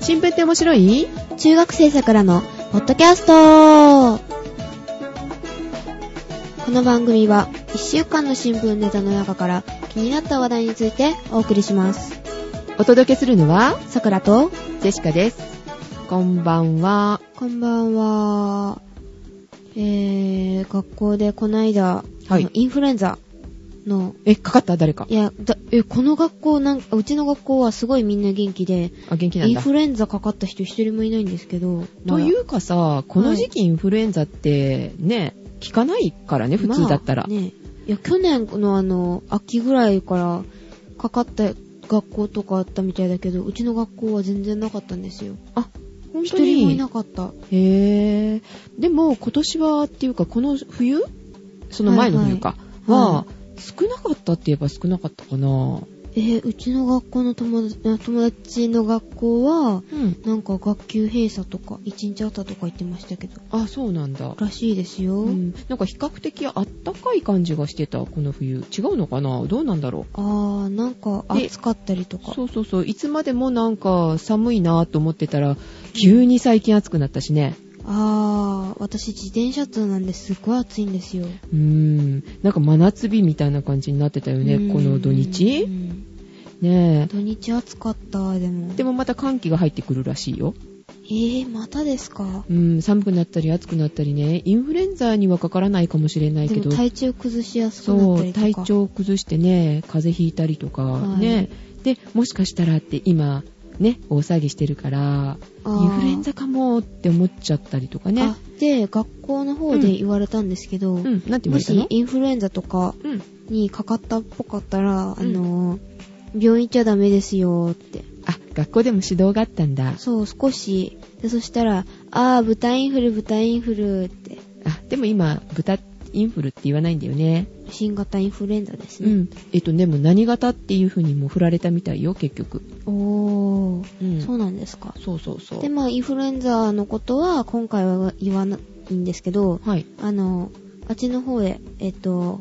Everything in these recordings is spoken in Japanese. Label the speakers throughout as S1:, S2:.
S1: 新聞って面白い
S2: 中学生さくらのポッドキャストこの番組は1週間の新聞ネタの中から気になった話題についてお送りします
S1: お届けするのは、
S2: さくらと
S1: ジェシカです。こんばんは。
S2: こんばんはえー、学校でこないだ、
S1: はい
S2: あのインフルエンザの
S1: え、かかった誰か
S2: い。やだえこの学校なんかうちの学校はすごいみんな元気で
S1: あ、元気な
S2: イ
S1: ん
S2: ン
S1: だ。
S2: フルエンザかかった人一人もいないんですけどま
S1: と
S2: だ
S1: いうかさ、この時期インフルエンザってね、効かないからね、普通だったら。
S2: まあね、いや去年のあの秋ぐらいからかかった学校とかあったみたいだけどうちの学校は全然なかったんですよ
S1: 本
S2: 一
S1: 当
S2: 人もい
S1: に
S2: なかった
S1: へえ。でも今年はっていうか、この冬その前の冬か。
S2: はいはい
S1: は、少なかったって言えば少なかったかな。
S2: えーうちの学校の友達あ友達の学校は
S1: うん。
S2: なんか学級閉鎖とか一日あったとか言ってましたけど
S1: あ、そうなんだ。
S2: らしいですよ、
S1: うん、なんか比較的あったかい感じがしてた、この冬。違うのかなどうなんだろ
S2: あーなんか暑かったりと
S1: う
S2: か
S1: そうそうそう。いつまでもなんか寒いなと思ってたら、急に最近暑くなったしね。
S2: あー私自転車通なんですっごい暑いんですよ
S1: うーん。なんか真夏日みたいな感じになってたよね、この土
S2: う
S1: 日。
S2: ん
S1: ね
S2: 土日暑かったでも
S1: え。でもまた寒気が入ってくるらしいよ。
S2: えー、またですか
S1: うん、寒くなったり暑くなったりね、インフルエンザにはかからないかもしれない
S2: で
S1: け
S2: も
S1: ど、
S2: 体調崩しやすくなっ
S1: そ
S2: た
S1: う、
S2: りと
S1: 体
S2: か
S1: 調を崩してね、風邪ひいたりとか、
S2: はい
S1: ね、で、もしかしたらって今、ね、大騒ぎしてるから、
S2: あー
S1: インフルエンザかもって思っちゃったりとかね
S2: あ。で学校の方で言われたんですけど、
S1: うん、なんて言わ
S2: も
S1: れたの
S2: しインフルエンザとか
S1: うん。
S2: にかかったっぽかったら、あの病院行っちゃダメですよって
S1: あ、学校でも指導があったんだ。
S2: そう少しでそしたら「ああ豚インフル豚インフル」って
S1: あ、でも今、豚インフルって言わないんだよね。
S2: 新型インフルエンザです
S1: う
S2: ね、
S1: ん。えっと、でも何型っていう風にも振られたみたいよ、結局。
S2: おー、
S1: うん。
S2: そうなんですか
S1: そうそうそう。
S2: でまあインフルエンザのことは今回は言わないんですけど、
S1: はい。
S2: あの、あっちの方へ、えっと、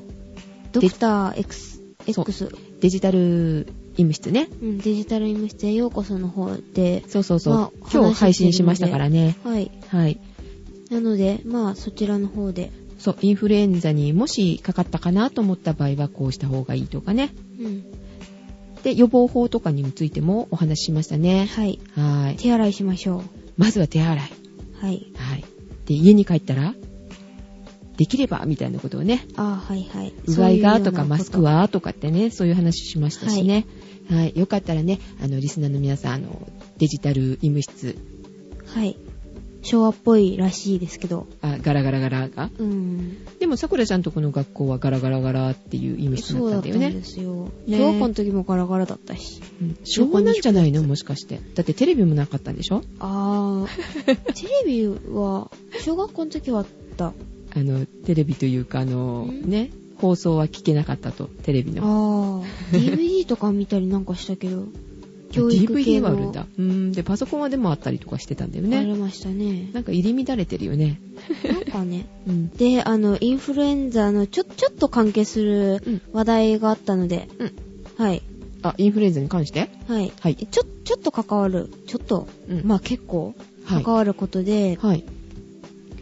S2: ドクター X、
S1: そう
S2: X、
S1: デジタル医務室ね。
S2: うん、デジタル医務室へようこその方で、
S1: そうそうそう。
S2: まあ
S1: 今日配信しましたからね。
S2: はい。
S1: はい。
S2: なので、まあ、そちらの方で、
S1: そう、インフルエンザにもしかかったかなと思った場合はこうした方がいいとかね。
S2: うん、
S1: で、予防法とかについてもお話ししましたね。
S2: はい。
S1: はい。
S2: 手洗いしましょ
S1: まずは手洗い。
S2: う。はい。
S1: はい。で、家に帰ったら、できれば、みたいなことをね、
S2: ああ、はいはい。
S1: うがいがとか
S2: そういうようなこと
S1: マスク。はとかってね、そういう話しましたしね。はい、よかったらね、あの、リスナーの皆さん、あの、デジタル医務室、
S2: はい。昭和っぽいらしいですけど、
S1: あ、ガラガラガラが。
S2: うん。
S1: でも、さくらちゃんとこの学校はガラガラガラっていう医務室だ
S2: そ
S1: っ
S2: う
S1: た
S2: だ
S1: んだ
S2: った
S1: よ
S2: ん
S1: ね
S2: で。すよ。
S1: ね
S2: 小学校の時もガラガラだったし。
S1: うん昭和なんじゃないのもしかして。だってテレビもなかったんでしょ
S2: あ あ、テレビは、小学校の時はあった。
S1: あの、テレビというか、あの、
S2: ん
S1: ね、放送は聞けなかったと、テレビの。
S2: ああ、DVD とか見たりなんかした けど、教育
S1: DVD
S2: 系
S1: は
S2: の
S1: あるんだ。うん。で、パソコンはでもあったりとかしてたんだよ
S2: あ
S1: ね。
S2: りましたね。
S1: なんか入り乱れてるよね。
S2: なんかね。
S1: うん。
S2: で、あの、インフルエンザのちょ、ちょっと関係す
S1: う
S2: る
S1: ん
S2: 話題があったので、
S1: うん
S2: はい、
S1: あ、インフルエンザに関して
S2: はい。
S1: はい
S2: ちょ、ちょっと関わる、ちょっと、
S1: うん
S2: まあ結構、
S1: はい
S2: 関。わることで、
S1: はい。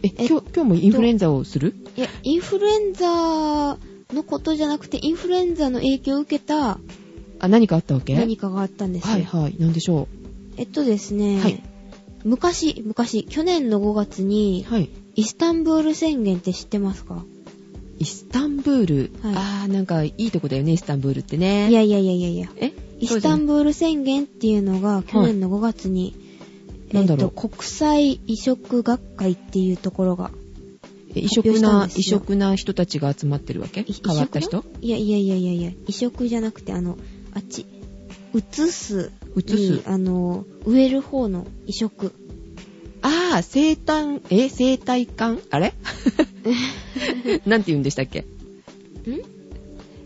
S1: え、
S2: え
S1: 今日、今日もインフルエンザをする
S2: い、や、インフルエンザのことじゃなくて、インフルエンザの影響を受けた
S1: あ、何かあったわけ
S2: 何かがあったんですよ。
S1: はいはい。なんでしょ
S2: えっとですね、
S1: はい
S2: 昔、昔、去年の5月に
S1: う。、はい。
S2: イスタンブール宣言って知ってますか
S1: イスタンブール。
S2: はい
S1: あー、なんかいいとこだよね、イスタンブールってね。
S2: いやいやいやいやいや。
S1: え
S2: イスタン
S1: ブ
S2: ブール宣言っていうのが去年の5月に、
S1: なん
S2: え
S1: だ
S2: っ
S1: ろ
S2: と、
S1: う
S2: 国際移植学会っていうところが、
S1: ール。異
S2: 発表
S1: 色
S2: した
S1: な、
S2: んですよ
S1: 異色な人たちが集まってるわけ
S2: い
S1: 変わった人
S2: 移植のいやいやいやいやいや、移植じゃなくて、あの、あっち、移すに。
S1: 移す
S2: あの、植える方の移植。
S1: あー、生誕、え、生体館あ れなんて言うんでしたっけ
S2: ん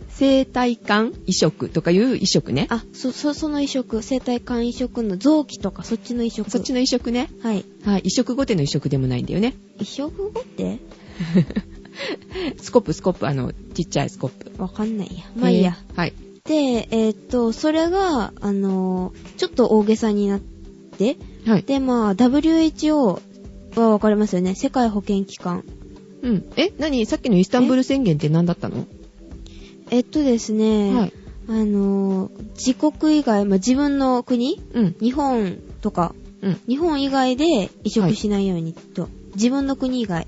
S1: 生体館移植とかいう移植ね。
S2: あ、そ、そ、その移植、生体管移植の臓器とか、そっちの移植。
S1: そっちの移植ね。
S2: はい。
S1: はい。移植後手の移植でもないんだよね。
S2: 移植後って
S1: スコップ、スコップ、あの、ちっちゃいスコップ。
S2: わかんないや。まあいいや。
S1: えー。はい。
S2: で、えーっと、それが、あのーちょっと大げさになって、
S1: はい。
S2: で、まあ、WHO はわかりますよね。世界保健機関。
S1: うん。え、何さっきのイスタンブール宣言って何だったの
S2: えっとですね、
S1: はい。
S2: あのー、自国以外、まあ、自分の国、
S1: うん。
S2: 日本とか、
S1: うん。
S2: 日本以外で移植しないようにと、自分の国以外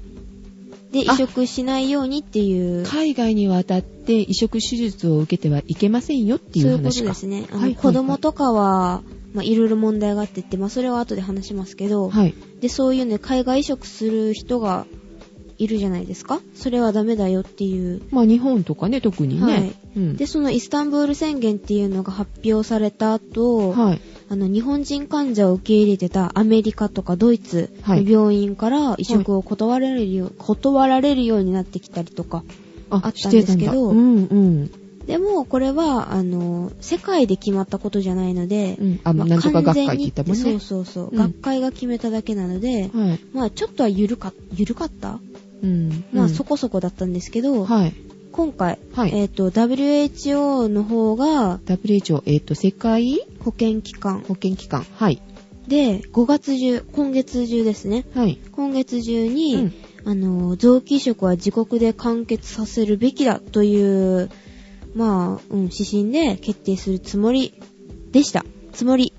S2: で移
S1: あ
S2: 植しないようにっていう、そ
S1: 海外に渡って移植手術を受けてはいけませんよって
S2: う
S1: い
S2: いううこと
S1: 話
S2: で
S1: か。
S2: すね。あの、
S1: はいはいはい
S2: 子供とかは、まあ、いろいろ問題があってって、まあ、それは後で話しますけど、
S1: はい。
S2: で、そういうね、海外移植する人がいるじゃないですか。それはダメだよっていう。
S1: まあ日本とかね、特にね。
S2: はい
S1: うん。
S2: で、そのイスタンブール宣言っていうのが発表された後、
S1: はい。
S2: あの、日本人患者を受け入れてたアメリカとかドイツ
S1: は
S2: の
S1: い
S2: 病院から移植を断られるよう、断られるようになってきたりとか。
S1: あ
S2: あったんですけ
S1: して
S2: ど
S1: たんだうんうん。
S2: でも、これは、あの、世界で決まったことじゃないので、
S1: うん。あ、
S2: まあ
S1: なんとか学会って
S2: 完全
S1: 言
S2: に
S1: ったもん
S2: そ
S1: ね
S2: う。そうそう。
S1: うん
S2: 学会が決めただけなので、
S1: はい。
S2: まあ、ちょっとは緩か、緩かった
S1: うん。
S2: ま
S1: う
S2: あ、
S1: ん
S2: そこそこだったんですけど、
S1: はい。
S2: 今回、
S1: はい。
S2: えっ、と、WHO の方が
S1: WHO、えっ、と、世界
S2: 保健機関
S1: 保健機関。はい。
S2: で、5月中、今月中ですね。
S1: はい。
S2: 今月中
S1: う
S2: に
S1: ん、
S2: あの、臓器移植は自国で完結させるべきだという、まあ、うん、指針で決定するつもりでした。つもり。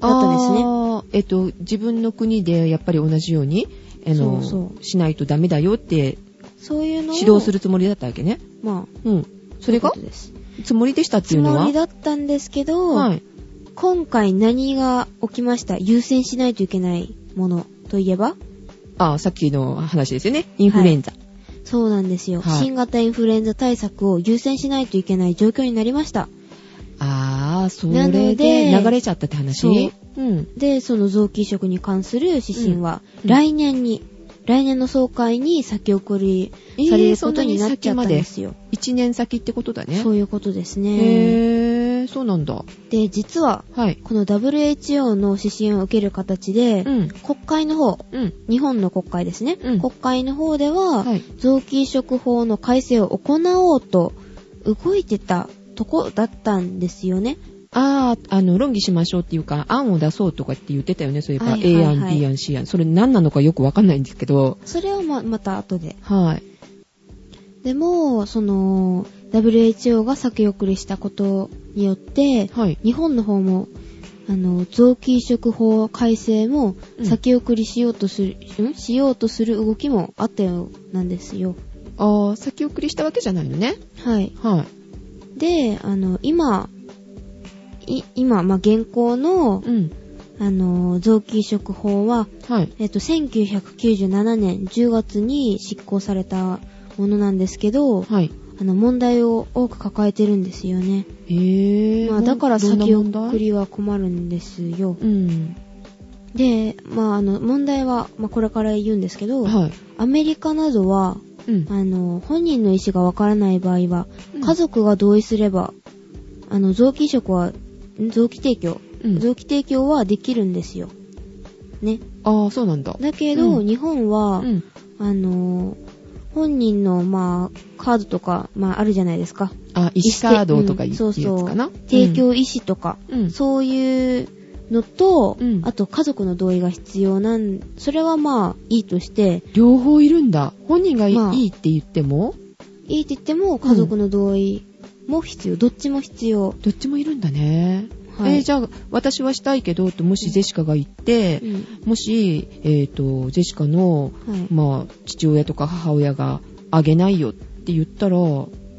S2: だったんですね
S1: ね。えっ、と、自分の国でやっぱり同じように、あの、
S2: そう
S1: しないとダメだよって
S2: そういうのを。
S1: 指導するつもりだったわけね。
S2: まあ、
S1: うん。それが
S2: そういうことです
S1: つもりでしたって
S2: つ
S1: いうの
S2: も
S1: は
S2: りだったんですけど、
S1: はい。
S2: 今回何が起きました優先しないといけないものといえば
S1: あ、さっきの話ですよね。インフルエンザ。
S2: そうなんですよ、
S1: はい
S2: 新型インフルエンザ対策を優先しないといけない状況になりました。
S1: ああ、そ
S2: なの
S1: れ
S2: で
S1: で流れちゃったって話
S2: そう
S1: うん。
S2: で、その臓器移植に関する指針は、
S1: うん
S2: 来年に、来年の総会に先送りされることになっちゃったんですよ。
S1: 一年先ってことだね。
S2: そういうことですね。
S1: へえ、そうなんだ。
S2: で、実は、
S1: はい。
S2: この WHO の指針を受ける形で、
S1: うん。
S2: 国会の方、
S1: うん。
S2: 日本の国会ですね、
S1: うん
S2: 国会の方では、
S1: はい。
S2: 臓器移植法の改正を行おうと動いてたとこだったんですよね。
S1: ああ、あの、論議しましょうっていうか、案を出そうとかって言ってたよね。そういえば、
S2: はいはいはい
S1: A 案、B 案、C 案。それ何なのかよくわかんないんですけど。
S2: それはままた後で。
S1: はい。
S2: でも、その、WHO が先送りしたことによって、
S1: はい。
S2: 日本の方も、あの、臓器移植法改正も
S1: うん
S2: 先送りしようとする、ん、しようとする動きもあったようなんですよ。
S1: ああ、先送りしたわけじゃないのね。
S2: はい。
S1: は
S2: で、あの、今、い、今、まあ、現行の
S1: い。、うん。
S2: あの、臓器移植法は、
S1: はい。
S2: えっと、1997年10月に執行されたものなんですけど、
S1: はい。
S2: あの、問題を多く抱えてるんですよね。
S1: へえ。
S2: まあ、だから
S1: どんな
S2: 先
S1: 問題
S2: 送りは困るんですよ。
S1: うん。
S2: で、まあ、あの、問題は、まあ、これから言うんですけど、
S1: はい。
S2: アメリカなどは、
S1: うん。
S2: あの、本人の意思がわからない場合は、
S1: うん
S2: 家族が同意すれば、あの、臓器移植は、ん臓器提供、
S1: うん
S2: 臓器提供はできるんですよ。ね。
S1: ああ、そうなんだ。
S2: だけど、
S1: うん
S2: 日本は、
S1: うん。
S2: あの、本人の、まあ、カードとか、まあ、あるじゃないですか。
S1: あ、医師カードとかいう
S2: うん
S1: や
S2: そう
S1: つ
S2: そう
S1: かな。
S2: 提供医師とか、
S1: うん。
S2: そういうのと、
S1: うん
S2: あと家族の同意が必要なん、それはまあ、いいとして、
S1: 両方いるんだ。本人がいい,、
S2: まあ
S1: って言っても、
S2: いいって言っても、家族の同意も必要、どっちも必要。
S1: どっちもいるんだね。
S2: はい。
S1: えーじゃあ、私はしたいけど、ともしジェシカが言って、
S2: うん
S1: もし、えっ、と、ジェシカの、
S2: はい。
S1: まあ、父親とか母親があげないよって言ったら、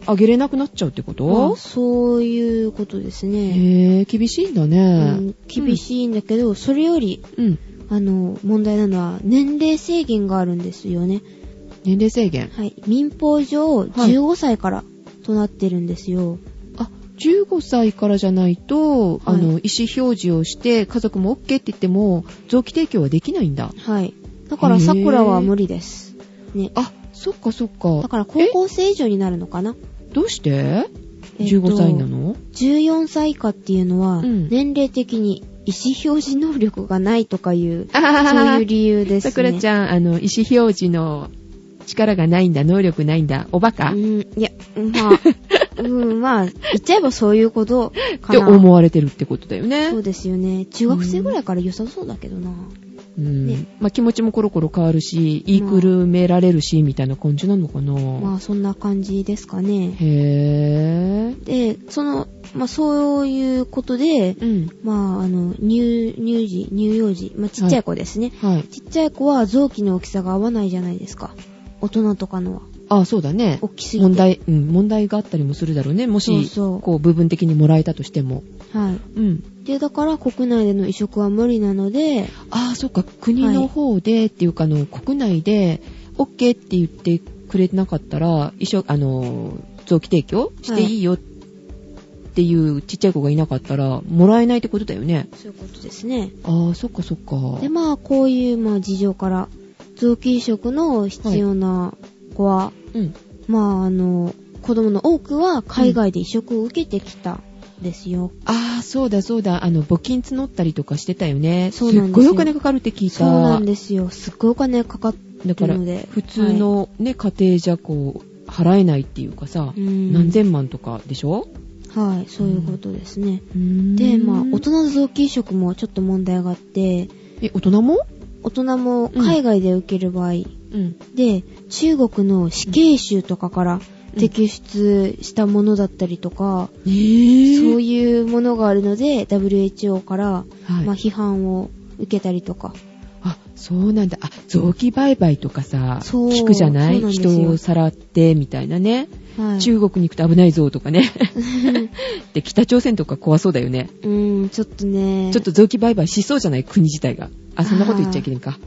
S1: あげれなくなっちゃうってこ
S2: まあ
S1: と
S2: そういうことです
S1: へ
S2: ね。
S1: えー、厳しいんだ
S2: う
S1: ね。
S2: ん、厳しいんだけど、それより、
S1: うん。
S2: あの、問題なのは、年齢制限があるんですよね。
S1: 年齢制限。
S2: はい。民法上、15歳からとなってるんですよ。
S1: あ、15歳からじゃないと、あ
S2: は
S1: の、意思表示をして、家族も OK って言っても、臓器提供はできないんだ。
S2: はい。だから、
S1: へー
S2: さくらは無理です。ね。
S1: あ、そっかそっ
S2: だ
S1: か。
S2: から、高校生以上になるのかな
S1: どうして
S2: えっと
S1: ?15 歳なの、
S2: 14歳以下っていうのは、
S1: うん
S2: 年齢的に意思表示能力がないとかいう、
S1: あは
S2: そうい
S1: 理
S2: う理由です
S1: さ
S2: ね。
S1: くらちゃん、あの、意思表示の力がないんだ、能力ないんだ、おバカ、
S2: うん、いや、まあ、うん、まあ、言っちゃえばそういうこと
S1: っ
S2: か
S1: て
S2: な。
S1: 思われてるってことだよね。
S2: そうですよね。中学生ぐらいから良さそうだけどな。
S1: うん
S2: ね
S1: まあ、気持ちもコロコロ変わるし、言いくるめられるし、みたいな感じなのかな。
S2: まあ、そんな感じですかね。
S1: へぇ
S2: で、その、まあ、そういうことで、
S1: うん。
S2: まあ、あの、乳、乳児、乳幼児、まあ、ちっちゃい子ですね。
S1: はい。
S2: ちっちゃい子は臓器の大きさが合わないじゃないですか。大人とかのは。
S1: あそうだね
S2: 大。きすぎて。
S1: 問。題、うん、問題があったりもするだろうね。もし、
S2: そうそう
S1: こう、部分的にもらえたとしても。
S2: はい。
S1: うん。
S2: で、だから国内での移植は無理なので、
S1: ああ、そうか、国の方で、っていうか、あの、国内で、OK って言ってくれなかったら、一緒、あの、臓器提供していいよっていうちっちゃい子がいなかったら、もらえないってことだよね。
S2: そういうことですね。
S1: ああ、そっかそっか。
S2: で、まあ、こういう、まあ、事情から、臓器移植の必要な子は、
S1: うん。
S2: まあ、あの、子供の多くは海外で移植を受けてきたんですよ。
S1: ああ、そうだそうだ、あの、募金募ったりとかしてたよね。
S2: そうなんですよ
S1: っごいお金かかるって聞いた。
S2: そうなんですよ。すっごいお金かかって
S1: だから
S2: るので。
S1: 普通のね、家庭じゃこう、払えないっていうかさ、何
S2: 何
S1: 千万とかでしょ
S2: はい、そういうことですね。
S1: で
S2: で、まあ、
S1: 人、
S2: 大人の臓器移植もちょっと問題があって、
S1: え、大人も
S2: 大人も海外で受ける場合、
S1: うん。
S2: で、中国の死刑囚とかから
S1: うん
S2: 摘出したものだったりとか、
S1: えぇ
S2: そう
S1: い
S2: いうものがあるので、WHO から、
S1: う、はい
S2: まあ、批判を受けたりとか、
S1: あ、そうなんだ。あ、臓器売買とかさ、
S2: そう
S1: 聞くじゃない
S2: そうなんですよ
S1: 人をさらって、みたいなね、
S2: はい、
S1: 中国に行くと危ないぞとか ね。で、北朝鮮とか怖そうだよね。
S2: うーん、ちょっとね、
S1: ちょっと臓器売買しそうじゃない国自体が。あ、そんなこと言っちゃいけないか。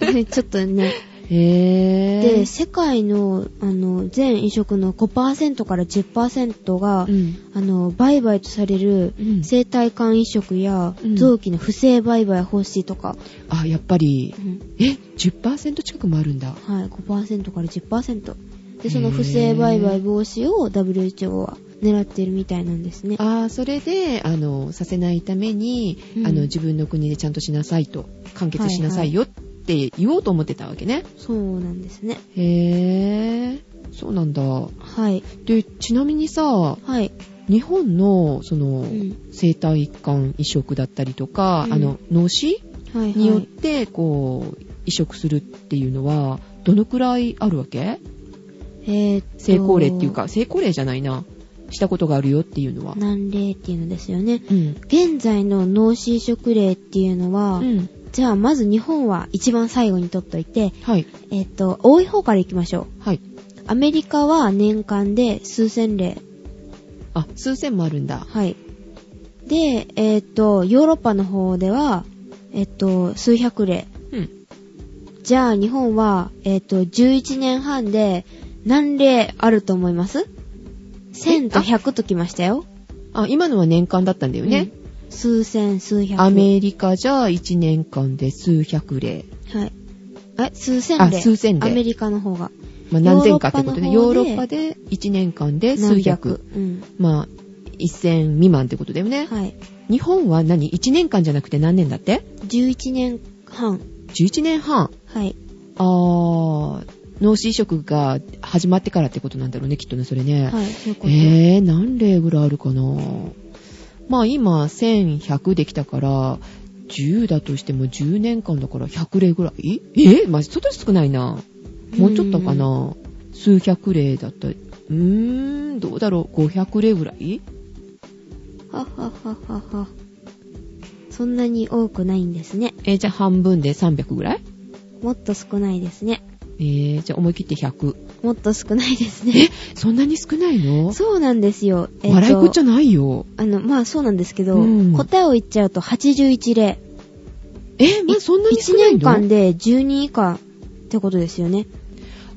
S2: と、 ちょっとね、
S1: へ
S2: で、
S1: ー。
S2: 世界の、あの、全移植の5%から10%が、
S1: うん。
S2: あの、売買とされる
S1: うん
S2: 生体肝移植や
S1: うん
S2: 臓器の不正売買方針とか、
S1: あ、やっぱり
S2: う、ん
S1: え、10%近くもあるんだ。
S2: はい、5%から10%。で、その
S1: へー
S2: 不正売買防止を WHO は狙っているみたいなんですね。
S1: ああ、それで、あの、させないために、
S2: うん
S1: あの、自分の国でちゃんとしなさいと、完結しなさいよって言おうと思ってたわけね。
S2: そうなんですね。
S1: へえ、そうなんだ。
S2: はい。
S1: で、ちなみにさ、
S2: はい。
S1: 日本の、その、
S2: ん
S1: 生体管移植だったりとか、
S2: うん
S1: あの、脳死
S2: はい、はい。
S1: によって、こう、移植するっていうのは、どのくらいあるわけ
S2: えーっと
S1: 成功例っていう。か、成功例じゃないな。したことがあるよっていうのは。
S2: 難例っていうのですよね。
S1: うん。
S2: 現在の脳死移植例っていうのは、
S1: うん。
S2: じゃあまず日本は一番最後に取っといて、
S1: はい。
S2: えっと、多い方から行きましょう。
S1: はい。
S2: アメリカは年間で数千例。
S1: あ、数千もあるんだ。
S2: はい。で、えっと、ヨーロッパの方では、えっと、数百例。
S1: うん。
S2: じゃあ日本は、えっと、11年半で何例あると思います千と
S1: え
S2: 100ときましたよ。
S1: あ、今のは年間だったんだよね。
S2: うん数千、数百。
S1: アメリカじゃ1年間で数百例。
S2: はい。え、数千
S1: あ
S2: 例。
S1: 数千例
S2: アメリカの方が。
S1: まあ、何千かってことね。ヨー
S2: ヨ
S1: ロ
S2: ーロ
S1: ッ
S2: ッ
S1: パ
S2: パ
S1: で1年間で数
S2: 何
S1: 百。
S2: うん。
S1: まあ、1000未満ってことだよね。
S2: はい。
S1: 日本は何 ?1 年間じゃなくて何年だって
S2: 11年半。
S1: ?11 年半。
S2: はい。
S1: あー、脳死移植が始まってからってことなんだろうね、きっとね、それね。
S2: はい。そういうこと。
S1: えー、何例ぐらいあるかなまあ今、1100できたから、10だとしても10年間だから100例ぐらいえー、まあちょっと少ないな。もうちょっとかな数百例だった。うーん、どうだろう ?500 例ぐらい
S2: はっはっはっはっは。そんなに多くないんですね。
S1: えー、じゃあ半分で300ぐらい
S2: もっと少ないですね。
S1: えー、じゃあ思い切って100。
S2: もっと少ないですね。
S1: そんなに少ないの
S2: そうなんですよ。えっと
S1: 笑いこっちゃないよ。
S2: あの、まあそうなんですけど、
S1: うん
S2: 答えを言っちゃうと81例。
S1: えー、まあそんなに少
S2: 1
S1: ない
S2: 年間
S1: の
S2: で10人以下ってことですよね。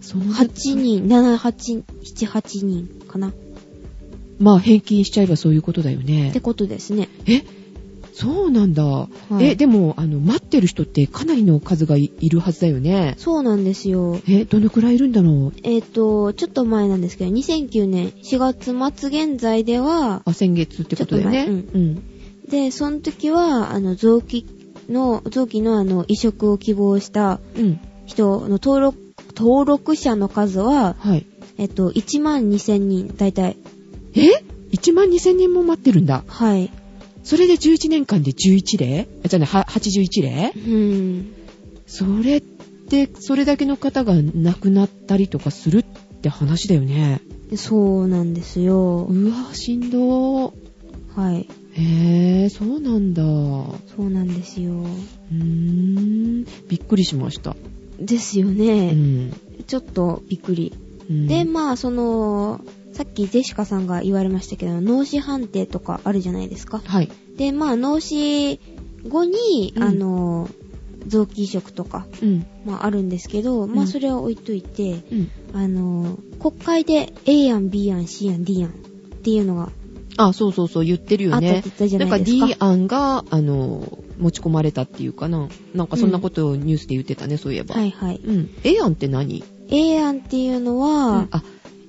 S1: そんな
S2: 8人、7、8、7、8人かな。っ
S1: まあ返金しちゃえばそういうことだよね
S2: て。ことですね。
S1: えそうなんだ、
S2: い
S1: えでもあの待ってる人ってかなりの数がいいるはずだよね
S2: そうなんですよ。
S1: えどのくらいいるんだろう
S2: えっ、と、ちょっと前なんですけど、2009年4月末現在では、
S1: あ先月ってことだよね
S2: ちょっとで、その時は、あの、臓器の、臓器のあの、移植を希望した
S1: うんうん
S2: 人の登録、登録者の数は、
S1: はい
S2: えっと、1万2000人、だいたい。
S1: え ?1 万2000人も待ってるんだ。
S2: はい。
S1: それで11年間で11例あじゃあね、は81例
S2: うん。
S1: それって、それだけの方が亡くなったりとかするって話だよね。
S2: そうなんですよ。
S1: うわぁ、しんどー。
S2: はい。
S1: へぇ、そうなんだ。う
S2: そうなんですよ。
S1: ーん。びっくりしました。
S2: ですよ
S1: う
S2: ね。
S1: ん。
S2: ちょっとびっくり。
S1: うん
S2: で、まあ、その、さっきジェシカさんが言われましたけど、脳死判定とかあるじゃないですか。
S1: はい。
S2: で、まあ、脳死後に、
S1: うん
S2: あの、臓器移植とか、
S1: うん。
S2: まあ、あるんですけど、ま
S1: う
S2: あ、
S1: ん
S2: それは置いといて、
S1: うん。
S2: あの、国会で A 案、B 案、C 案、D 案っていうのが
S1: あ、そうそうそう、言ってる
S2: あ
S1: よ
S2: った
S1: ね
S2: って言。ったじゃ
S1: なん
S2: な
S1: か
S2: いです
S1: D
S2: か。
S1: 案が、あの、持ち込まれたっていうかな。なんかそんなことをニュースで言ってたね、そういえば。
S2: はいはい。
S1: うん。A 案って何
S2: A 案っていうのは、
S1: あ、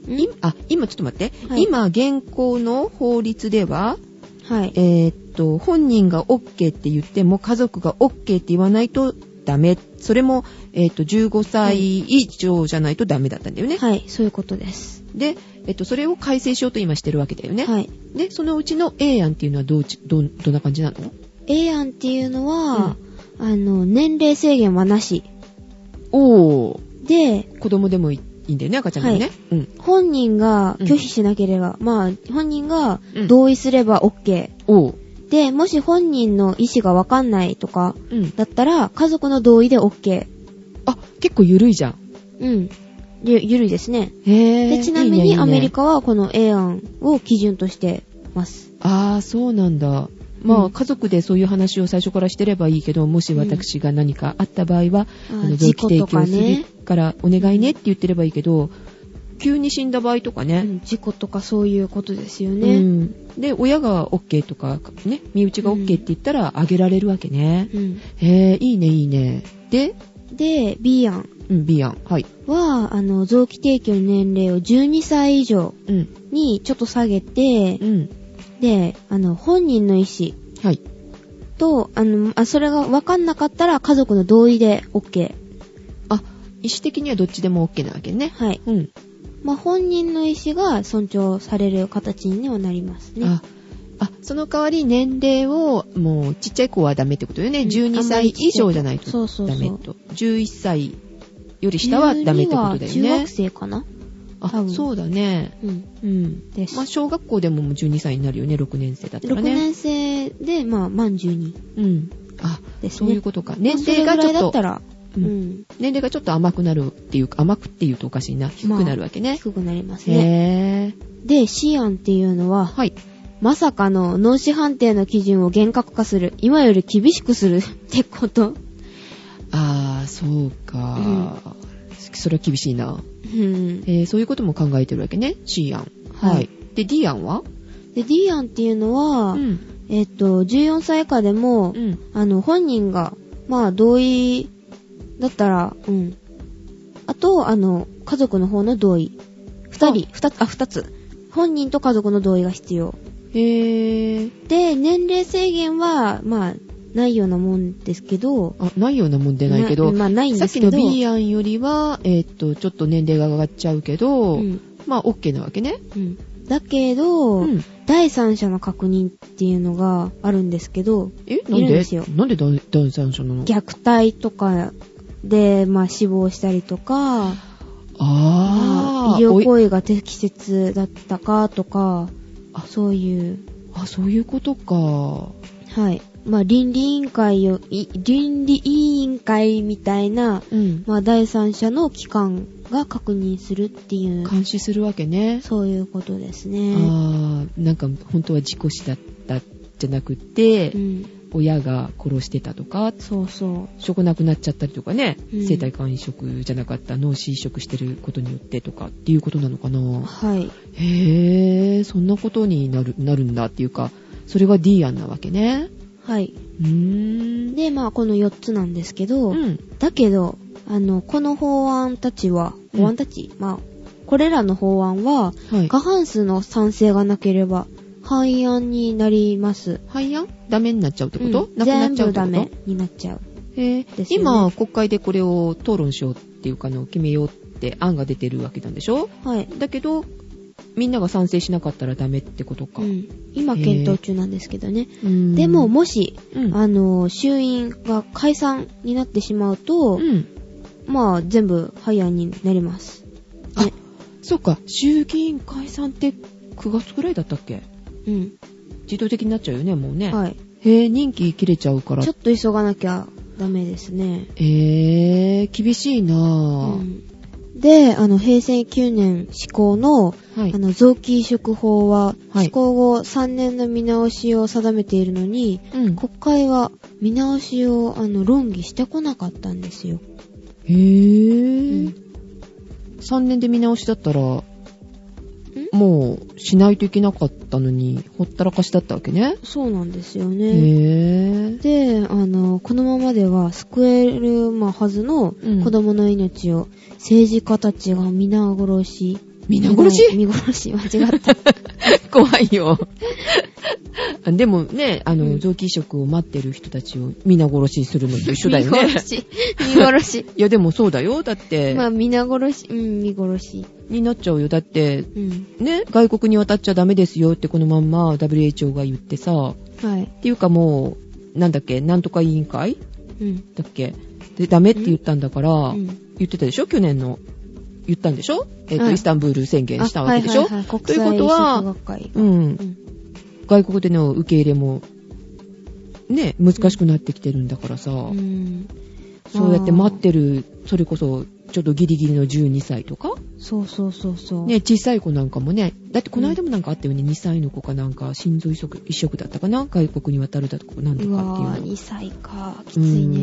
S2: ん
S1: いあ、今ちょっと待って。
S2: はい
S1: 今、現行の法律では、
S2: はい。
S1: えーっと、本人が OK って言っても、家族が OK って言わないとダメ。それも、えーっと、15歳以上じゃないとダメだったんだよね。
S2: はい、そういうことです。
S1: で、えっと、それを改正しようと今してるわけだよね。
S2: はい。
S1: で、そのうちの A 案っていうのはどうち、どん、どんな感じなの
S2: A 案っていうのは、あの、年齢制限はなし。
S1: おー、
S2: で、
S1: 子供でもいいんだよね、赤ちゃんでもね。
S2: は
S1: うん。
S2: 本人が拒否しなければ、まあ、本人が
S1: うん
S2: 同意すれば OK。
S1: おー、
S2: で、もし本人の意思がわかんないとか、
S1: うん。
S2: だったら、家族の同意で OK。
S1: あ、結構緩いじゃん。
S2: うん。ゆ、ゆるいですね。
S1: へー。
S2: で、ちない
S1: い
S2: み
S1: ねい
S2: に
S1: いね
S2: アメリカはこの A 案を基準としてます。
S1: ああ、そうなんだ。まあ、
S2: うん
S1: 家族でそういう話を最初からしてればいいけど、もし私が何かあった場合は、
S2: あ
S1: あの臓
S2: 事
S1: 器
S2: 故
S1: 提
S2: と
S1: 供
S2: か
S1: する
S2: ね、
S1: からお願いねって言ってればいいけど、急に死んだ場合とか
S2: う
S1: ね、
S2: ん事故とかそういうことですよ
S1: う
S2: ね。
S1: んで、親が OK とか、ね、身内が OK って言ったらあげられるわけね。
S2: うん。
S1: へえ、いいね、いいね。で、
S2: で、B 案
S1: うん、B 案。はい。
S2: は、あの、臓器提供の年齢を12歳以上
S1: うん、
S2: にちょっと下げて
S1: う、ん。
S2: で、あの、本人の意思
S1: はい。
S2: と、あの、あそれが分かんなかったら家族の同意で OK。
S1: あ、意思的にはどっちでも OK なわけね。
S2: はい。
S1: うん。
S2: まあ、本人の意思が尊重される形にはなりますね。
S1: ああその代わり年齢をもうちっちゃい子はダメってことよね、
S2: うん
S1: 12歳以上じゃないと
S2: そうそうそ
S1: ダ
S2: う
S1: メと11歳より下はダメってことだよ
S2: 12は中
S1: ね
S2: 学生かな多
S1: あ
S2: 分
S1: そうだね
S2: うん。
S1: うん
S2: です。
S1: まあ小学校でももう12歳になるよね6年生だった
S2: 6
S1: らね
S2: 年生で、まあ、満12
S1: うんあ
S2: です
S1: そうい
S2: ね
S1: う。ことか
S2: まあ
S1: 年齢がち
S2: それぐらいだ
S1: ょ
S2: っ
S1: ったと
S2: ら、
S1: う
S2: うんん。
S1: 年齢がちょっと甘くなるっていうか甘くっていうとおかしいな低くなるわけね、
S2: 低くなりますね。
S1: へえ
S2: で、C 案っていうのは、
S1: はい
S2: まさかの脳死判定の基準を厳格化する。今より厳しくするってこと。
S1: ああそうか、それは厳しいな
S2: うん。
S1: えーそういうことも考えてるわけね C 案
S2: はい
S1: で D 案は
S2: で、D 案っていうのは、
S1: ん
S2: えっと、14歳以下で
S1: う、
S2: も
S1: ん
S2: あの、本人が、まあ、同意だったら、うん。あと、あの、家族の方の同意。二人、二つ、あ、二つ。本人と家族の同意が必要。
S1: へー
S2: で、年齢制限は、まあ、ないようなもんですけど、
S1: あないようなもん出ないけど
S2: まあ、ないん
S1: さ
S2: で
S1: っ
S2: す
S1: き
S2: け
S1: の
S2: ど。
S1: B 案よりは、えーっと、ちょっと年齢が上がっちゃうけど、
S2: うん
S1: まあ、OK なわけね。
S2: うんだけど、
S1: うん。
S2: 第三者の確認っていうのがあるんですけど、
S1: え、なん
S2: いるん
S1: で
S2: ですよ
S1: なんで第第三者なの
S2: 虐待とかで、まあ、死亡したりと
S1: あ
S2: か、まあ
S1: あ、
S2: 医
S1: お
S2: 療
S1: い
S2: 行為が適切だったかとか
S1: あ、
S2: そういう、
S1: あ、そういうことか。
S2: はい。まあ、倫理委員会を、い倫理委員会みたいな、
S1: うん。
S2: まあ、第三者の機関が確認するっていう、
S1: 監視するわけね。
S2: そういうことですね。
S1: ああ、なんか、本当は事故死だったじゃなくて、
S2: うん。
S1: 親が殺してたとか、
S2: そうそう。
S1: 食なくなっちゃったりとかね、
S2: うん
S1: 生体肝移植じゃなかった脳死移植してることによってとかっていうことなのかな
S2: はい。
S1: へえそんなことになるなるんだっていうかそれが D 案なわけね
S2: はい。
S1: うーん
S2: で、まあ、この4つなんですけど、
S1: うん
S2: だけど、あの、この法案たちは、
S1: うん
S2: 法案たち、まあ、これらの法案は、
S1: はい
S2: 過半数の賛成がなければ、廃案になります。
S1: 肺案ダメになっちゃうってこと、
S2: うん
S1: なくなっちゃうってこと
S2: 全部ダメになっちゃう。
S1: へえ
S2: ですよね
S1: 今国会でこれを討論しようっていうかあの決めようって案が出てるわけなんでしょ
S2: はい。
S1: だけどみんなが賛成しなかったらダメってことか。
S2: うん、今検討中なんですけどね。
S1: うん
S2: でも、もし、
S1: うん
S2: あの、衆院が解散になってしまうと、
S1: うん。
S2: まあ、全部廃案になります。
S1: あ
S2: ね、
S1: そうか、衆議院解散って9月ぐらいだったっけ
S2: うん。
S1: 自動的になっちゃうよね、もうね。
S2: はい。
S1: へえ、任期切れちゃうから
S2: ちょ。っと急がなきゃダメですね。
S1: えー、厳しいなぁ、
S2: うんで、あの、平成9年施行の、
S1: はい
S2: あ。の、臓器移植法は、
S1: はい
S2: 施行後3年の見直しを定めているのに、
S1: うん。
S2: 国会は見直しを、あの、論議してこなかったんですよ。
S1: へ
S2: う
S1: ぇ
S2: ん
S1: 3年で見直しだったら、もうしないといけなかったのに、ほったらかしだったわけね。
S2: そうなんですよ
S1: へ
S2: ね。
S1: ぇ ー。
S2: で、あの、このままでは救える、まあ、はずの
S1: うん
S2: 子供の命を政治家たちが皆殺し。
S1: 皆殺し
S2: 皆殺し、間違った。
S1: 怖いよ。 でもね、あの、
S2: うん
S1: 臓器移植を待ってる人たちを皆殺しにするのと一緒 だよね。
S2: 見殺し。見殺 し。
S1: いやでもそうだよ。だって、
S2: まあ、皆殺し。うん、見殺し。
S1: になっちゃうよ。だって、
S2: うん。
S1: ね、外国に渡っちゃダメですよってこのまんま WHO が言ってさ、
S2: はい。
S1: っていうかもう、なんだっけ、なんとか委員会
S2: うん。
S1: だっけで、ダメって言ったんだから、
S2: うん
S1: 言ってたでしょ去年の。言ったんでしょえっ、と、
S2: はい
S1: イスタンブール宣言したわけでしょ、
S2: あはいはいはい、
S1: ということは
S2: 国際医学学会。
S1: うん
S2: う。ん
S1: 外国での受け入れも、ね、難しくなってきてるんだからさ、
S2: うん。
S1: そうやって待ってる、それこそ、ちょっとギリギリの12歳とか、
S2: そうそうそうそう。
S1: ね、小さい子なんかもね、だってこの間もなんかあったよね、2歳の子かなんか、心臓移植移植だったかな、外国に渡るだとか、なんとかってい
S2: う
S1: う
S2: わ
S1: の
S2: ぁ、2歳か。きついね。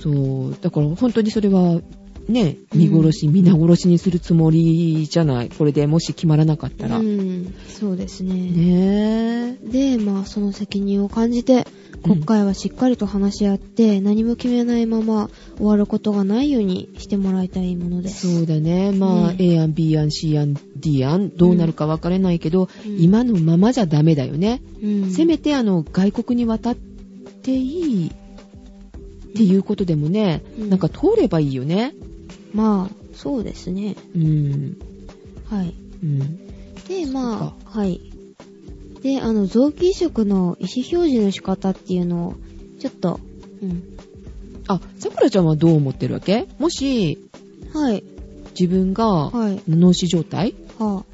S1: そう、だから本当にそれは、ね、見殺し、皆殺しにするつもりじゃない。これでもし決まらなかったら。
S2: うん。そうですね。
S1: ねえ。
S2: で、まあ、その責任を感じて、国会はしっかりと話し合って、何も決めないまま終わることがないようにしてもらいたいものです。
S1: そうだね。まあ、
S2: うん
S1: A 案、B 案、C 案、D 案、どうなるか分からないけど、
S2: うん
S1: 今のままじゃダメだよね。
S2: うん。
S1: せめて、あの、外国に渡っていいっていうことでもね、
S2: うん
S1: なんか通ればいいよね。
S2: まあ、そうですね。
S1: うん。
S2: はい。
S1: うん。
S2: で、まあ、はい。で、あの、臓器移植の意思表示の仕方っていうのを、ちょっと、うん。
S1: あ、さくらちゃんはどう思ってるわけもし、
S2: はい。
S1: 自分が
S2: はい。
S1: 脳死状態
S2: は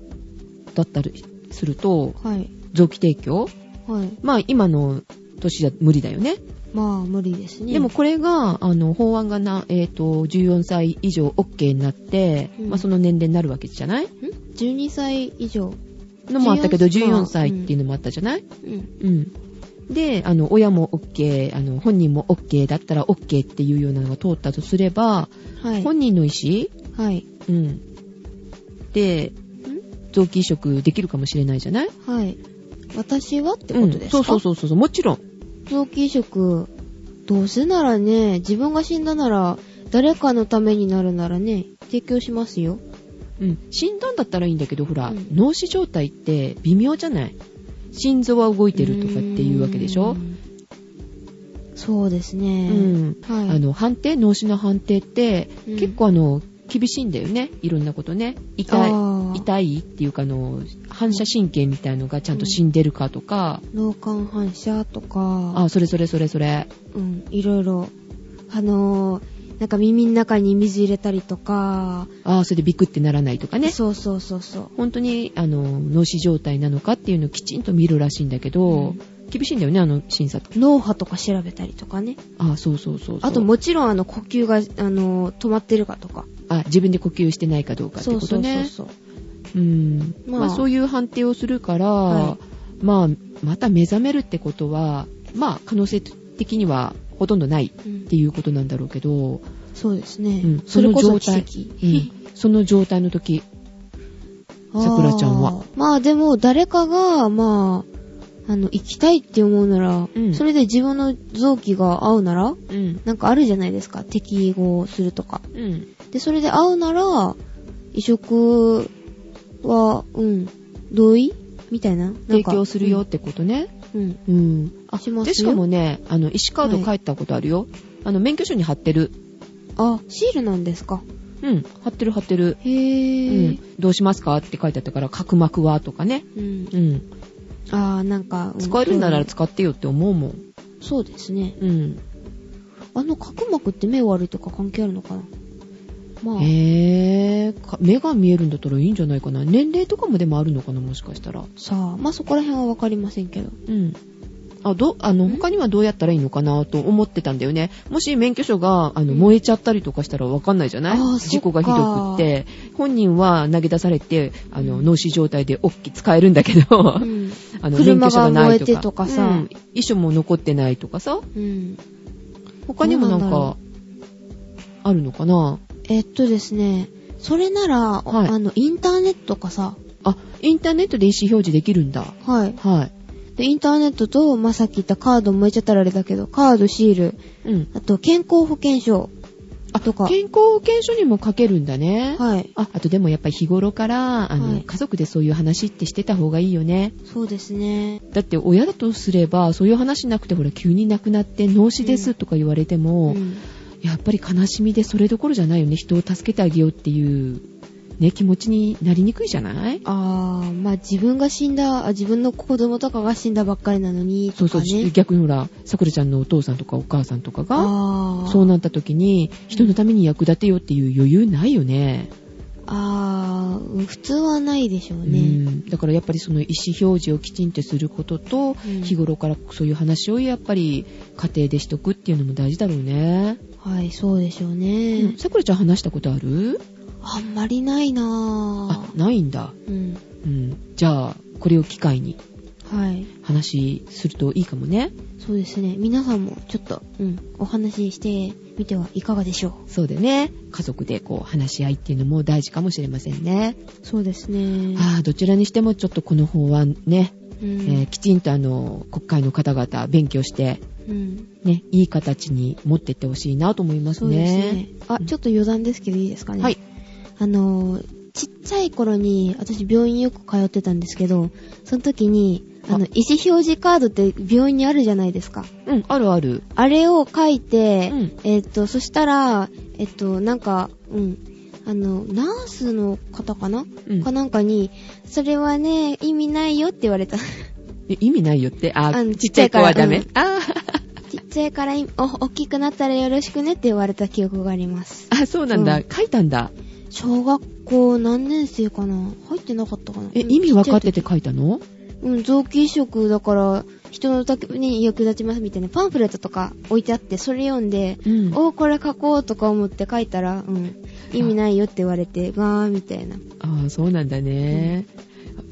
S1: だったりすると、
S2: あ、はい。
S1: 臓器提供
S2: はい。
S1: まあ今の年じゃ無理だよね。
S2: まあ、無理ですね。
S1: でも、これが、あの、法案がな、えっ、と、14歳以上 OK になって、
S2: うん
S1: まあその年齢になるわけじゃない
S2: ん ?12 歳以上。
S1: のもあったけど、
S2: 14
S1: 14
S2: 歳
S1: 歳
S2: うん
S1: っていうのもあったじゃない
S2: うん。
S1: うん。で、あの、親も OK、あの、本人も OK だったら OK っていうようなのが通ったとすれば、
S2: はい。
S1: 本人の意思
S2: はい。
S1: うん。で、臓器移植できるかもしれないじゃないっ
S2: はい。私はってことですか、
S1: うん、そうそうそうそう、もちろん。
S2: 臓器移植、どうせならね、自分が死んだなら、誰かのためになるならね、提供しますよ。
S1: うん、死んだんだったらいいんだけどほら、
S2: うん
S1: 脳死状態って微妙じゃない心臓は動いてるとかっていうわけでしょ
S2: うーんそうです
S1: う
S2: ね。
S1: ん、
S2: はい。
S1: あの判定脳死の判定って、
S2: うん
S1: 結構あの厳しいんだよねいろんなことね痛い
S2: あー、
S1: 痛いっていうかあの反射神経みたいのがちゃんと死んでるかとか、
S2: 脳幹反射とか、
S1: あそれそれそれそれ
S2: うん、いろいろ。あのー、なんか耳の中に水入れたりとか、
S1: あそれでビクってならないとかね
S2: そうそうそうそう。
S1: 本当にあの脳死状態なのかっていうのをきちんと見るらしいんだけど、厳しいんだよねあの審査って
S2: 脳波とか調べたりとかね。
S1: あそうそうそうそう
S2: あともちろんあの呼吸が、あのー、止まってるかとか。
S1: あ自分で呼吸してないかどうかって
S2: そ
S1: こ
S2: うそ
S1: と
S2: うそう
S1: ね。
S2: そう。
S1: うん
S2: まあ
S1: まあそういう判定をするから、
S2: は
S1: まあまた目覚めるってことはまあ可能性的にはほとんどないっ
S2: うん
S1: ていうことなんだろうけど、
S2: そうですね。
S1: うん
S2: それこそ
S1: の状態
S2: 奇跡。
S1: うんその状態の時さくらちゃんは
S2: あー。まあでも誰かが、まあ、あの、行きたいって思うなら、
S1: うん
S2: それで自分の臓器が合うなら、
S1: うん
S2: なんかあるじゃないですか。適合するとか。
S1: うん
S2: で、それで合うなら、移植は、うん、同意みたいな。なんか
S1: 提供するよっ。てことね、
S2: うん。うん
S1: うん、
S2: あ、しますよ
S1: でしかもねあの医師カード
S2: はい
S1: 書いたことあるよ、あの免許証に貼ってる
S2: あ、シールなんですか。
S1: うん、貼ってる貼ってる。
S2: へ
S1: う
S2: ぇ
S1: ん、どうしますかって書いてあったから、角膜はとかね。
S2: うん
S1: う。ん。
S2: ああ、なんか。うん
S1: 使えるんなら使ってよって思うもん。
S2: そうですね。
S1: うん。
S2: あの角膜って目悪いとか関係あるのかなまあ、
S1: へぇーか。目が見えるんだったらいいんじゃないかな。年齢とかもでもあるのかな、もしかしたら。
S2: さあ、まあそこら辺はわかりませんけど。
S1: うん。あ、ど、あの、
S2: ん
S1: 他にはどうやったらいいのかなと思ってたんだよね。もし免許証が、あの、
S2: うん
S1: 燃えちゃったりとかしたらわかんないじゃない
S2: あー
S1: 事故がひどくって、本人は投げ出されて、あの、脳死状態でおっき使えるんだけど、
S2: うん。
S1: あの、免
S2: 車
S1: 許
S2: が
S1: 証がな
S2: 燃え
S1: いとか。
S2: てとかさ
S1: うん遺書も残ってないとかさ。
S2: うん。
S1: 他にもなん
S2: どうな
S1: か、あるのかな
S2: えっとですね、それなら、
S1: はい
S2: あの、インターネットかさ、
S1: あ、インターネットで意思表示できるんだ。
S2: はい。
S1: は
S2: で、インターネットと、まあ、さっき言ったカード燃えちゃったらあれだけど、カード、シール、
S1: い。うん。
S2: あと、健康保険証
S1: あ
S2: とか、
S1: 健康保険証にも書けるんだね。
S2: はい。
S1: あ、あとでもやっぱり日頃から、あの、
S2: はい
S1: 家族でそういう話ってしてた方がいいよね。
S2: そうですね。
S1: だって親だとすれば、そういう話なくて、ほら、急に亡くなって脳死ですとか言われても、
S2: うん
S1: やっぱり悲しみでそれどころじゃないよね。人を助けてあげようっていう、ね、気持ちになりにくいじゃない
S2: あー、まあ、自分が死んだ、あ自分の子供とかが死んだばっかりなのに、
S1: そ
S2: と
S1: うそ
S2: か
S1: う、
S2: ね。
S1: 逆にほら、桜ちゃんのお父さんとかお母さんとかが、
S2: あー
S1: そうなった時に、人のために役立てようっていう余裕ないよね。
S2: あーうん普通はないでしょう
S1: う
S2: ね。
S1: んだからやっぱりその意思表示をきちんとすることと、
S2: うん
S1: 日頃からそういう話をやっぱり家庭でしとくっていうのも大事だろうね。
S2: はい、そうでしょうね。
S1: さくらちゃん話したことある
S2: あんまりないな
S1: あ
S2: ぁ。
S1: ないんだ。
S2: うん。
S1: うん。じゃあ、これを機会に
S2: はい。
S1: 話するといいかもね。
S2: そうですね。皆さんもちょっと、うん、お話ししてみてはいかがでしょう。
S1: そうだね。家族でこう話し合いっていうのも大事かもしれませんね。
S2: そうですね。
S1: ああ、どちらにしてもちょっとこの方はね、
S2: うん
S1: えーきちんとあの、国会の方々勉強して、
S2: うん。
S1: ね、いい形に持ってってほしいなと思います
S2: そうですね。
S1: ね。
S2: あ、ちょっと余談ですけどいいですかね。
S1: はい。
S2: あのー、ちっちゃい頃に、私病院よく通ってたんですけど、その時に、あの、
S1: あ
S2: 意思表示カードって病院にあるじゃないですか。
S1: うん、あるある。
S2: あれを書いて、
S1: うん
S2: えっと、そしたら、えっと、なんか、うん、あの、ナースの方かな、
S1: うん
S2: かなんかに、それはね、意味ないよって言われた。
S1: え意味ないよって。あ
S2: あ
S1: ー、
S2: の
S1: ちっちゃい子はダメ。
S2: ちっ
S1: あ
S2: ちっちゃいからいお、大きくなったらよろしくねって言われた記憶があります。
S1: ーあ、そうなんだ、
S2: うん
S1: 書いたんだ。
S2: 小学校何年生かな入ってなかったかな
S1: え、
S2: うん
S1: 意味分かって
S2: ちち
S1: て書いたの
S2: ゃい時うん、臓器移植だから、人のために役立ちますみたいなパンフレットとか置いてあって、それ読んで、
S1: うん
S2: おーこれ書こうとか思って書いたら、うん、意味ないよって言われて、わーみたいな。
S1: あーそうなんだね。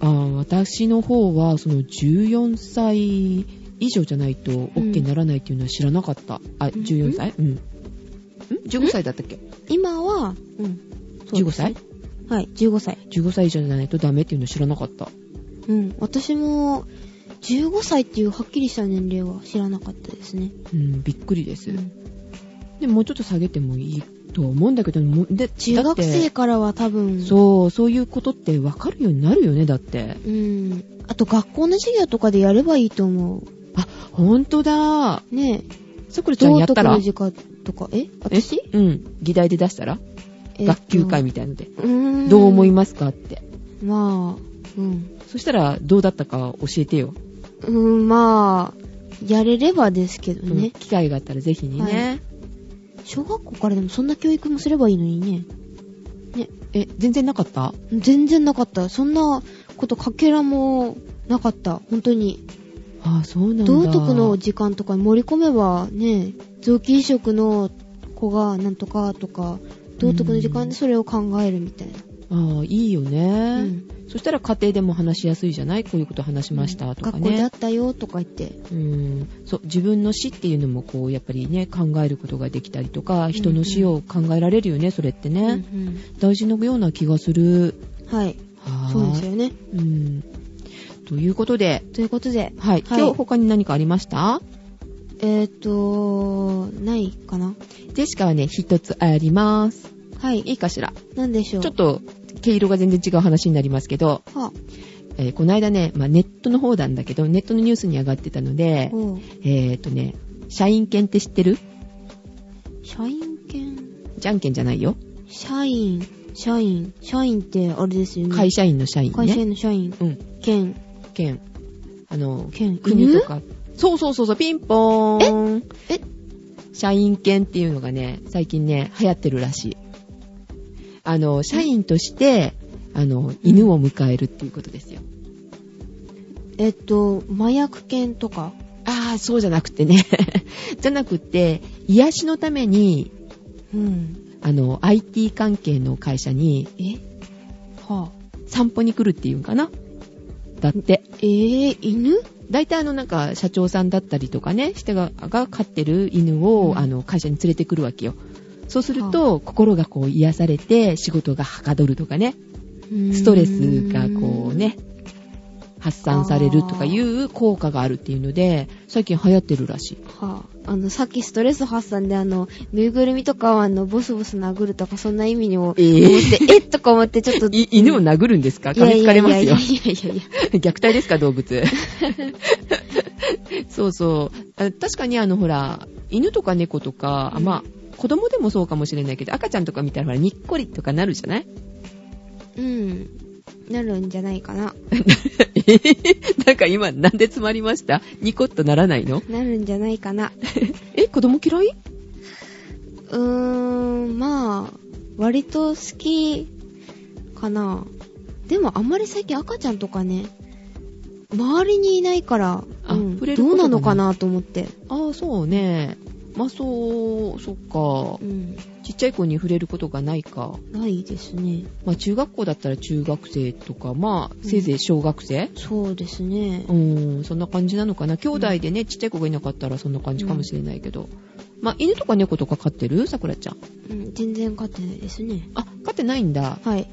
S1: あー私の方は、その14歳以上じゃないと OK にならないっていうのは知らなかった。あ、14歳うん。ん ?15 歳だったっけ
S2: 今は、うん。そうで
S1: ?15
S2: すね
S1: 歳
S2: はい、15歳。
S1: ?15 歳以上じゃないとダメっていうの知らなかった。
S2: うん、私も、15歳っていうはっきりした年齢は知らなかったですね。
S1: うん、びっくりです。
S2: うん
S1: でもうちょっと下げてもいいとは思うんだけど、もうで
S2: 中
S1: だっ
S2: 学
S1: て
S2: 生からは多分、
S1: そう、そういうことって分かるようになるよね、だって。
S2: うん。あと学校の授業とかでやればいいと思
S1: あ、ほんとだ。
S2: う。ね
S1: さくら
S2: え。
S1: ちゃんやっ
S2: 道
S1: た
S2: 徳
S1: ら
S2: の時間とか、え
S1: え
S2: 私
S1: うん。議題で出したら、
S2: えっと
S1: 学級会みたいので。
S2: うーん。
S1: どう思いますかって。
S2: すまあ、うん。
S1: そしたら、どうだったか教えてよ。
S2: うん、まあ、やれればですけど
S1: うん
S2: ね。
S1: 機会があったらぜひにね。
S2: 小学校からでもそんな教育もすればいいのにね。
S1: え、全然なかった
S2: 全然なかった。そんなことかけらもなかった。本当に。
S1: あ、そうなんだ。
S2: 道徳の時間とかに盛り込めばね、臓器移植の子がなんとかとか、道徳の時間でそれを考えるみたいな。
S1: ああ、いいよ
S2: う
S1: ね、
S2: ん。
S1: そしたら家庭でも話しやすいじゃないこういうこと話しましたとかね。
S2: 学校であったよとか言って。
S1: うん、そう自分の死っていうのもこうやっぱりね考えることができたりとか人の死を考えられるよね、それってね、
S2: うん
S1: 大事なような気がする
S2: うんはい。
S1: はーい
S2: そうですよね。
S1: うん、ということで、
S2: ということで、
S1: はい、
S2: はい
S1: 今日他に何かありました
S2: えっ、と、ないかな
S1: ジェシカはね一つあります
S2: はい。
S1: いいかしら
S2: なんでしょう。
S1: ちょっと毛色が全然違う話になりますけど、
S2: は
S1: えーこの間ね、まあ、ネットの方なんだけどネットのニュースに上がってたので
S2: おう
S1: えっ、とね社員犬って知ってる
S2: 社員犬。
S1: じゃんけんじゃないよ
S2: 社員、社員、社員ってあれですよね。
S1: 会社員の社員ね。
S2: 会社員の社員、
S1: うん。
S2: 県、
S1: 県。あの、
S2: 県、
S1: 国とか。そうそうそうそう、ピンポーン。
S2: ええ
S1: 社員犬っていうのがね、最近ね、流行ってるらしい。あの、社員として、あの、犬を迎えるっていうことですよ。
S2: えっと、麻薬犬とか。
S1: ああ、そうじゃなくてね。 じゃなくて、癒しのために、
S2: うん。
S1: あの、IT 関係の会社に
S2: えはぁ、
S1: 散歩に来るっていうんかな。だって。
S2: えぇ、犬
S1: 大体あのなんか社長さんだったりとかね、人がが飼ってる犬を、
S2: うん
S1: あの会社に連れてくるわけよ。そうすると、心がこう癒されて仕事がはかどるとかね、ストレスがこう。ね、発散されるとかいう効果があるっていうので、最近流行ってるらしい。
S2: うーんはぁ、あの、さっきストレス発散であの、ぬいぐるみとかをあの、ボスボス殴るとか、そんな意味にも、
S1: え
S2: 思って、えっとか思って、ちょっと。
S1: い犬を殴るんですか噛みつかれますよ。
S2: いやいやいやいやいやいや。
S1: 虐待ですか動物そうそうあ確かにあのほら犬とか猫とか、あまあ子供でもそうかもしれないけど赤ちゃんとか見たらほらにっこりとかなるじゃない
S2: うん。なるんじゃないかな。
S1: なんか今なんで詰まりましたニコッとならないの
S2: なるんじゃないかな。
S1: え子供嫌いう
S2: ーん、まあ、割と好きかな。でもあんまり最近赤ちゃんとかね、周りにいないから、
S1: あ
S2: うん
S1: 触れる
S2: ど
S1: こと
S2: う
S1: がな
S2: ないのかなと思って。
S1: ああそうねまあそうそっか
S2: うん、
S1: ちっちゃい子に触れることがないか
S2: ないですね。
S1: まあ中学校だったら中学生とかまあせいぜい小学生、
S2: そうですね
S1: う。ーん、そんな感じなのかな。兄弟でね、ちっちゃい子がいなかったらそんな感じかもしれないけど。まあ、犬とか猫とか飼ってるさくらちゃん。
S2: うん、全然飼ってないですね。
S1: あ、飼ってないんだ。
S2: はい。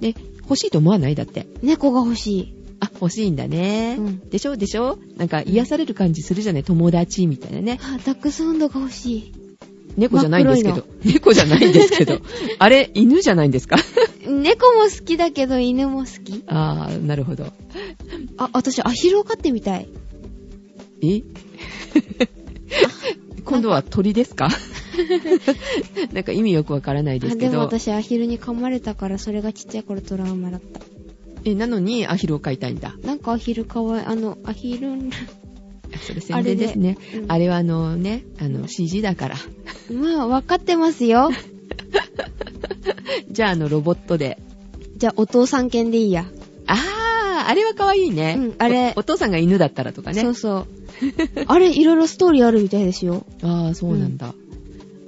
S1: ね、欲しいと思わないだって。
S2: 猫が欲しい。
S1: あ、欲しいんだね。
S2: うん
S1: でしょでしょなんか癒される感じするじゃない友達みたいなね。
S2: あ、ダックスフンドが欲しい。
S1: 猫じゃないんですけ
S2: 真っ
S1: ど。 猫じゃないんですけど。あれ、犬じゃないんですか
S2: 猫も好きだけど犬も好き。
S1: あー、なるほど。
S2: あ、私アヒルを飼ってみたい。
S1: え 今度は鳥ですか なんか意味よくわからないです
S2: あ
S1: け
S2: でも
S1: ど。
S2: 私アヒルに噛まれたからそれがちっちゃい頃トラウマだった
S1: え、なのにアヒルを飼いたいんだ。
S2: なんかアヒルかわいあのアヒル
S1: それ宣伝ですね。あれ,、
S2: あれねうん
S1: はあのね、あの CG だから。
S2: まあ分かってますよ
S1: じゃああのロボットで。
S2: じゃあお父さん犬でいいや、
S1: あー、あれは可愛いね。
S2: うんあれ
S1: お。お父さんが犬だったらとかね
S2: そ。うそうあれいろいろストーリーあるみたいですよ
S1: あー、そうなんだ。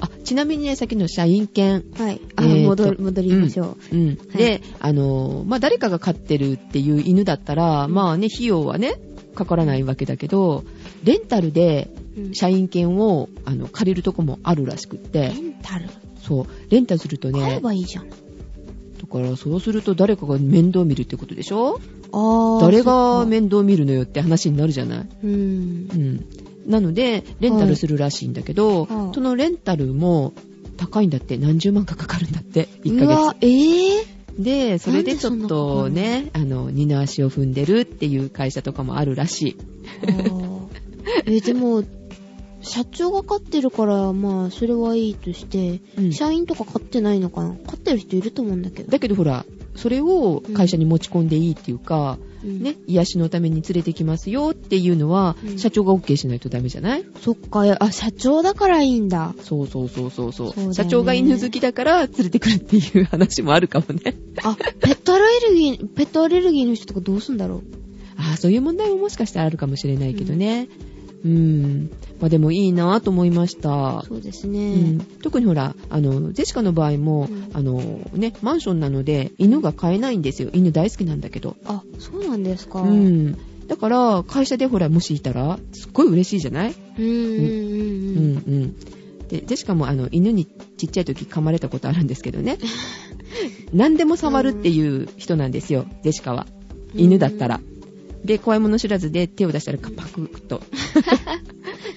S1: あ、ちなみにね、さっきの社員犬。
S2: はいあ、
S1: えーと
S2: 戻る戻りましょ
S1: うん。
S2: は
S1: で、あのー、まあ、誰かが飼ってるっていう犬だったら、まあね、費用はね、かからないわけだけど、レンタルで
S2: う、うん
S1: 社員犬を、あの、借りるとこもあるらしくって
S2: レ、ンタル
S1: そう、レンタルすると
S2: 買え
S1: ね、
S2: ばいいじゃん、
S1: だからそうすると誰かが面倒見るってことでしょ
S2: あー
S1: 誰
S2: そ
S1: が
S2: っか
S1: 面倒見るのよって話になるじゃない。
S2: うん
S1: うん。なので、レンタルするらしいんだけど、
S2: はいはい
S1: そのレンタルも高いんだって、何十万かかかるんだって、1
S2: うわ
S1: ヶ
S2: え ー、
S1: 月。で、それでちょっとね、あの、二の足を踏んでるっていう会社とかもあるらしい。
S2: あーえでも社長が飼ってるからまあそれはいいとして
S1: うん
S2: 社員とか飼ってないのかな飼ってる人いると思うんだけど。
S1: だけどほら、それを会社に持ち込んでいいっていうか、
S2: うん
S1: ね、癒しのために連れてきますよっていうのは、
S2: うん
S1: 社長が OK しないとダメじゃない
S2: そっか、あ、社長だからいいんだ。
S1: そうそうそうそうそう
S2: そうだよね
S1: 社長が犬好きだから連れてくるっていう話もあるかもね。
S2: あ、ペットアレルギー、ペットアレルギーの人とかどうすんだろう。
S1: ああ、そういう問題ももしかしたらあるかもしれないけどね。うん。まあでもいいなぁと思いました。
S2: そうです
S1: うん
S2: ね。、
S1: 特にほら、あの、ゼシカの場合も、
S2: うん
S1: あの、ね、マンションなので、犬が飼えないんですよ。犬大好きなんだけど。
S2: あ、そうなんですか。
S1: う。ん。だから、会社でほら、もしいたら、すっごい嬉しいじゃない
S2: うんうん
S1: う
S2: うんん。
S1: うん。で、ジェシカもあの、犬にちっちゃい時噛まれたことあるんですけどね。何でも触るっていう人なんですよ、ジェシカは。犬だったら。で、怖いもの知らずで手を出したらカパクッと。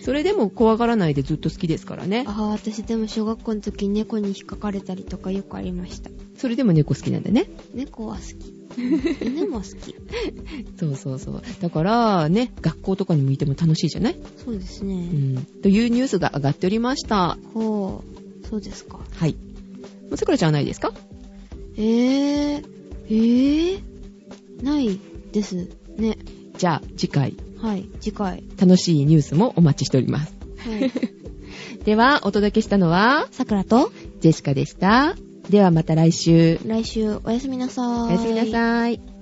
S1: それでも怖がらないでずっと好きですからね
S2: あ。ー私でも小学校の時猫に引っかかれたりとかよくありました。
S1: それでも猫好きなんだね。
S2: 猫は好き。 犬も好き。
S1: そうそうそう。だからね、学校とかに向いても楽しいじゃない
S2: そうです
S1: う
S2: ね。
S1: ん。というニュースが上がっておりました。
S2: ほう。そうですか。
S1: はい。まさくらちゃんはないですか
S2: えー、えー、ないですね。
S1: じゃあ、次回、
S2: はい、次回。
S1: 楽しいニュースもお待ちしております。
S2: はい。
S1: では、お届けしたのは、
S2: さくらと、
S1: ジェシカでした。ではまた来週。
S2: 来週おやすみなさーい。
S1: おやすみなさい。